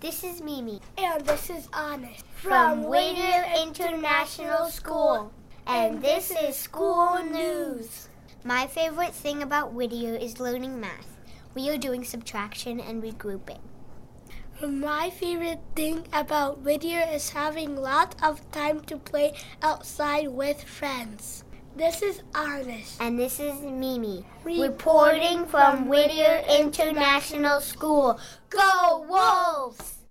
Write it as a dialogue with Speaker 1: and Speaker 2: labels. Speaker 1: This is Mimi
Speaker 2: And this is honest
Speaker 1: from Whittier International School, and this is School News. My favorite thing about Whittier is learning math. We are doing subtraction and regrouping.
Speaker 2: My favorite thing about Whittier is having lot of time to play outside with friends. This is honest.
Speaker 1: And this is Mimi reporting from Whittier International School. Go Wolves!